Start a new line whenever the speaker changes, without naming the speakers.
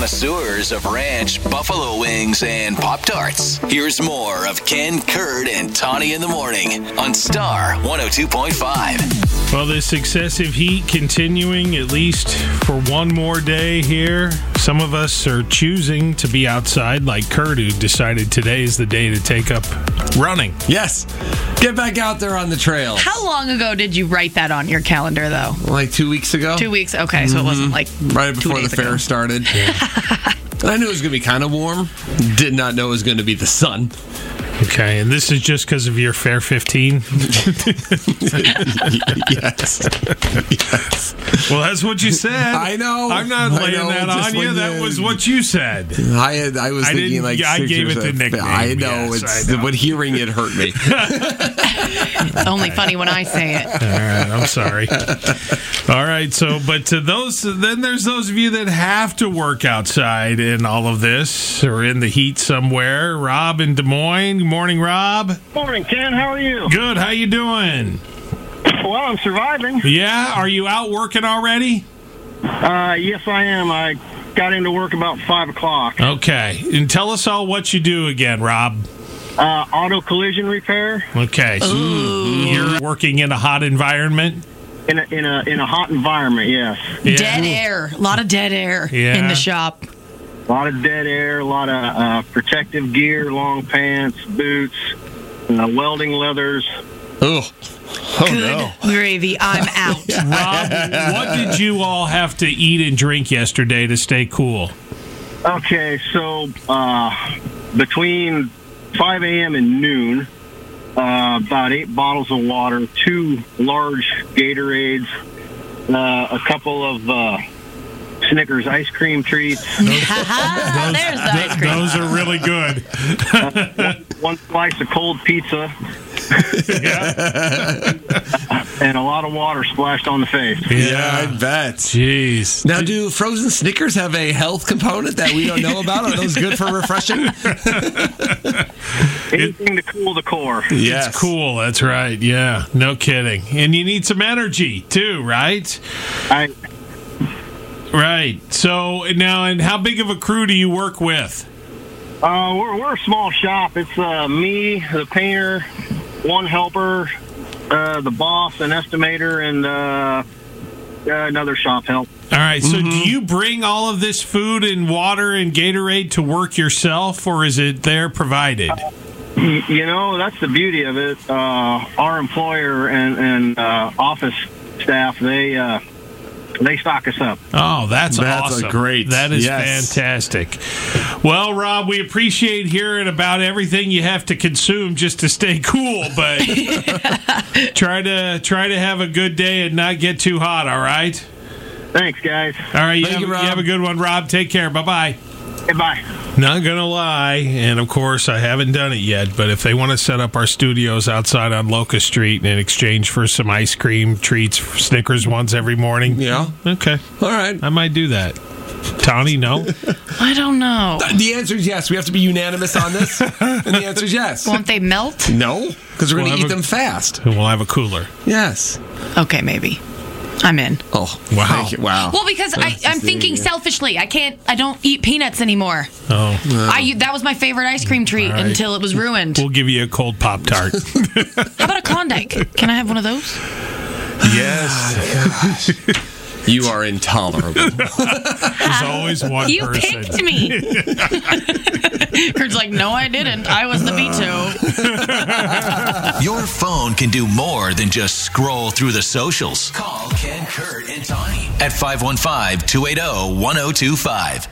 connoisseurs of ranch, buffalo wings, and Pop Tarts. Here's more of Ken Kurd and Tawny in the Morning on Star 102.5.
Well, this excessive heat continuing at least for one more day here. Some of us are choosing to be outside, like Kurt, who decided today is the day to take up running.
Yes. Get back out there on the trail.
How long ago did you write that on your calendar, though?
Like two weeks ago?
Two weeks. Okay, so it wasn't like
Mm-hmm.
Right
two
before the
days
fair
ago.
started. And I knew it was going to be kind of warm. Did not know it was going to be the sun.
Okay, and this is just because of your Fair 15.
yes. yes.
Well, that's what you said.
I know.
I'm not
I
laying
know,
that
just
on you.
when
That
you-
was what you said.
I had, I was
I
thinking
didn't-
like
I
six
gave
or
it the
seven.
nickname,
I know
yes,
it's
I know.
but hearing it hurt me.
Only funny when I say it.
All right, I'm sorry. All right, so but to those, then there's those of you that have to work outside in all of this or in the heat somewhere. Rob in Des Moines, Good morning, Rob.
Morning, Ken. How are you?
Good, how you doing?
Well, I'm surviving.
Yeah, are you out working already?
Uh, yes, I am. I got into work about five o'clock.
Okay, and tell us all what you do again, Rob.
Uh, auto collision repair
Okay, so you're working in a hot environment.
in a, in a in a hot environment. Yes,
Yeah.
Dead air. A lot of dead air
Yeah.
in the shop.
a lot of dead air, a lot of uh, protective gear, long pants, boots, and, uh, welding leathers.
Ugh. Oh
Good gravy. I'm out.
Rob, what did you all have to eat and drink yesterday to stay cool?
Okay, so uh, between 5 a.m. and noon, uh, about eight bottles of water, two large Gatorades, uh, a couple of uh, Snickers ice cream treats,
Ha-ha, There's the ice cream.
Those are really good.
one slice of cold pizza. and a lot of water splashed on the face.
no. Yeah, I bet.
Jeez.
Now, do frozen Snickers have a health component that we don't know about? Are those good for refreshing?
Anything to cool the core.
yes.
It's cool. That's right. Yeah. No kidding. And you need some energy too, right?
I,
Right. So now, and how big of a crew do you work with?
Uh, we're, we're a small shop. It's uh, me, the painter, one helper, uh, the boss, an estimator, and uh, uh, another shop help.
All right. So
Mm-hmm.
do you bring all of this food and water and Gatorade to work yourself, or is it there provided?
Y- You know, that's the beauty of it. Uh, our employer and, and uh, office staff, they uh, they stock us up.
Oh, that's,
That's a
awesome.
great-
That is
yes.
fantastic. Well, Rob, we appreciate hearing about everything you have to consume just to stay cool, but try to try to have a good day and not get too hot, all right?
Thanks, guys.
All right, you,
Thank
have,
you,
you
Rob.
have a good one, Rob. Take care. Bye bye.
Goodbye.
Not gonna lie, and of course I haven't done it yet. But if they want to set up our studios outside on Locust Street in exchange for some ice cream treats, Snickers once every morning,
Yeah.
okay,
All right.
I might do that. Tony, no.
I don't know.
Uh, The answer is yes. We have to be unanimous on this. and the answer is yes.
Won't they melt?
No, because we're going
We'll
to
have
eat
a-
them fast.
and we'll have a cooler.
Yes.
Okay, maybe. I'm in.
Oh,
Wow.
thank you. Wow.
Well, because I, I'm thinking selfishly. I can't. I don't eat peanuts anymore.
Oh,
I that was my favorite ice cream treat
right.
until it was ruined.
we'll give you a cold pop tart.
How about a Klondike? Can I have one of those?
yes,
You are intolerable.
there's always one
you
person.
picked me.
Kurt's like, no, I didn't. I was the veto.
Your phone can do more than just scroll through the oh, socials. Call Ken Kurt and Tawny at 515 280 1025.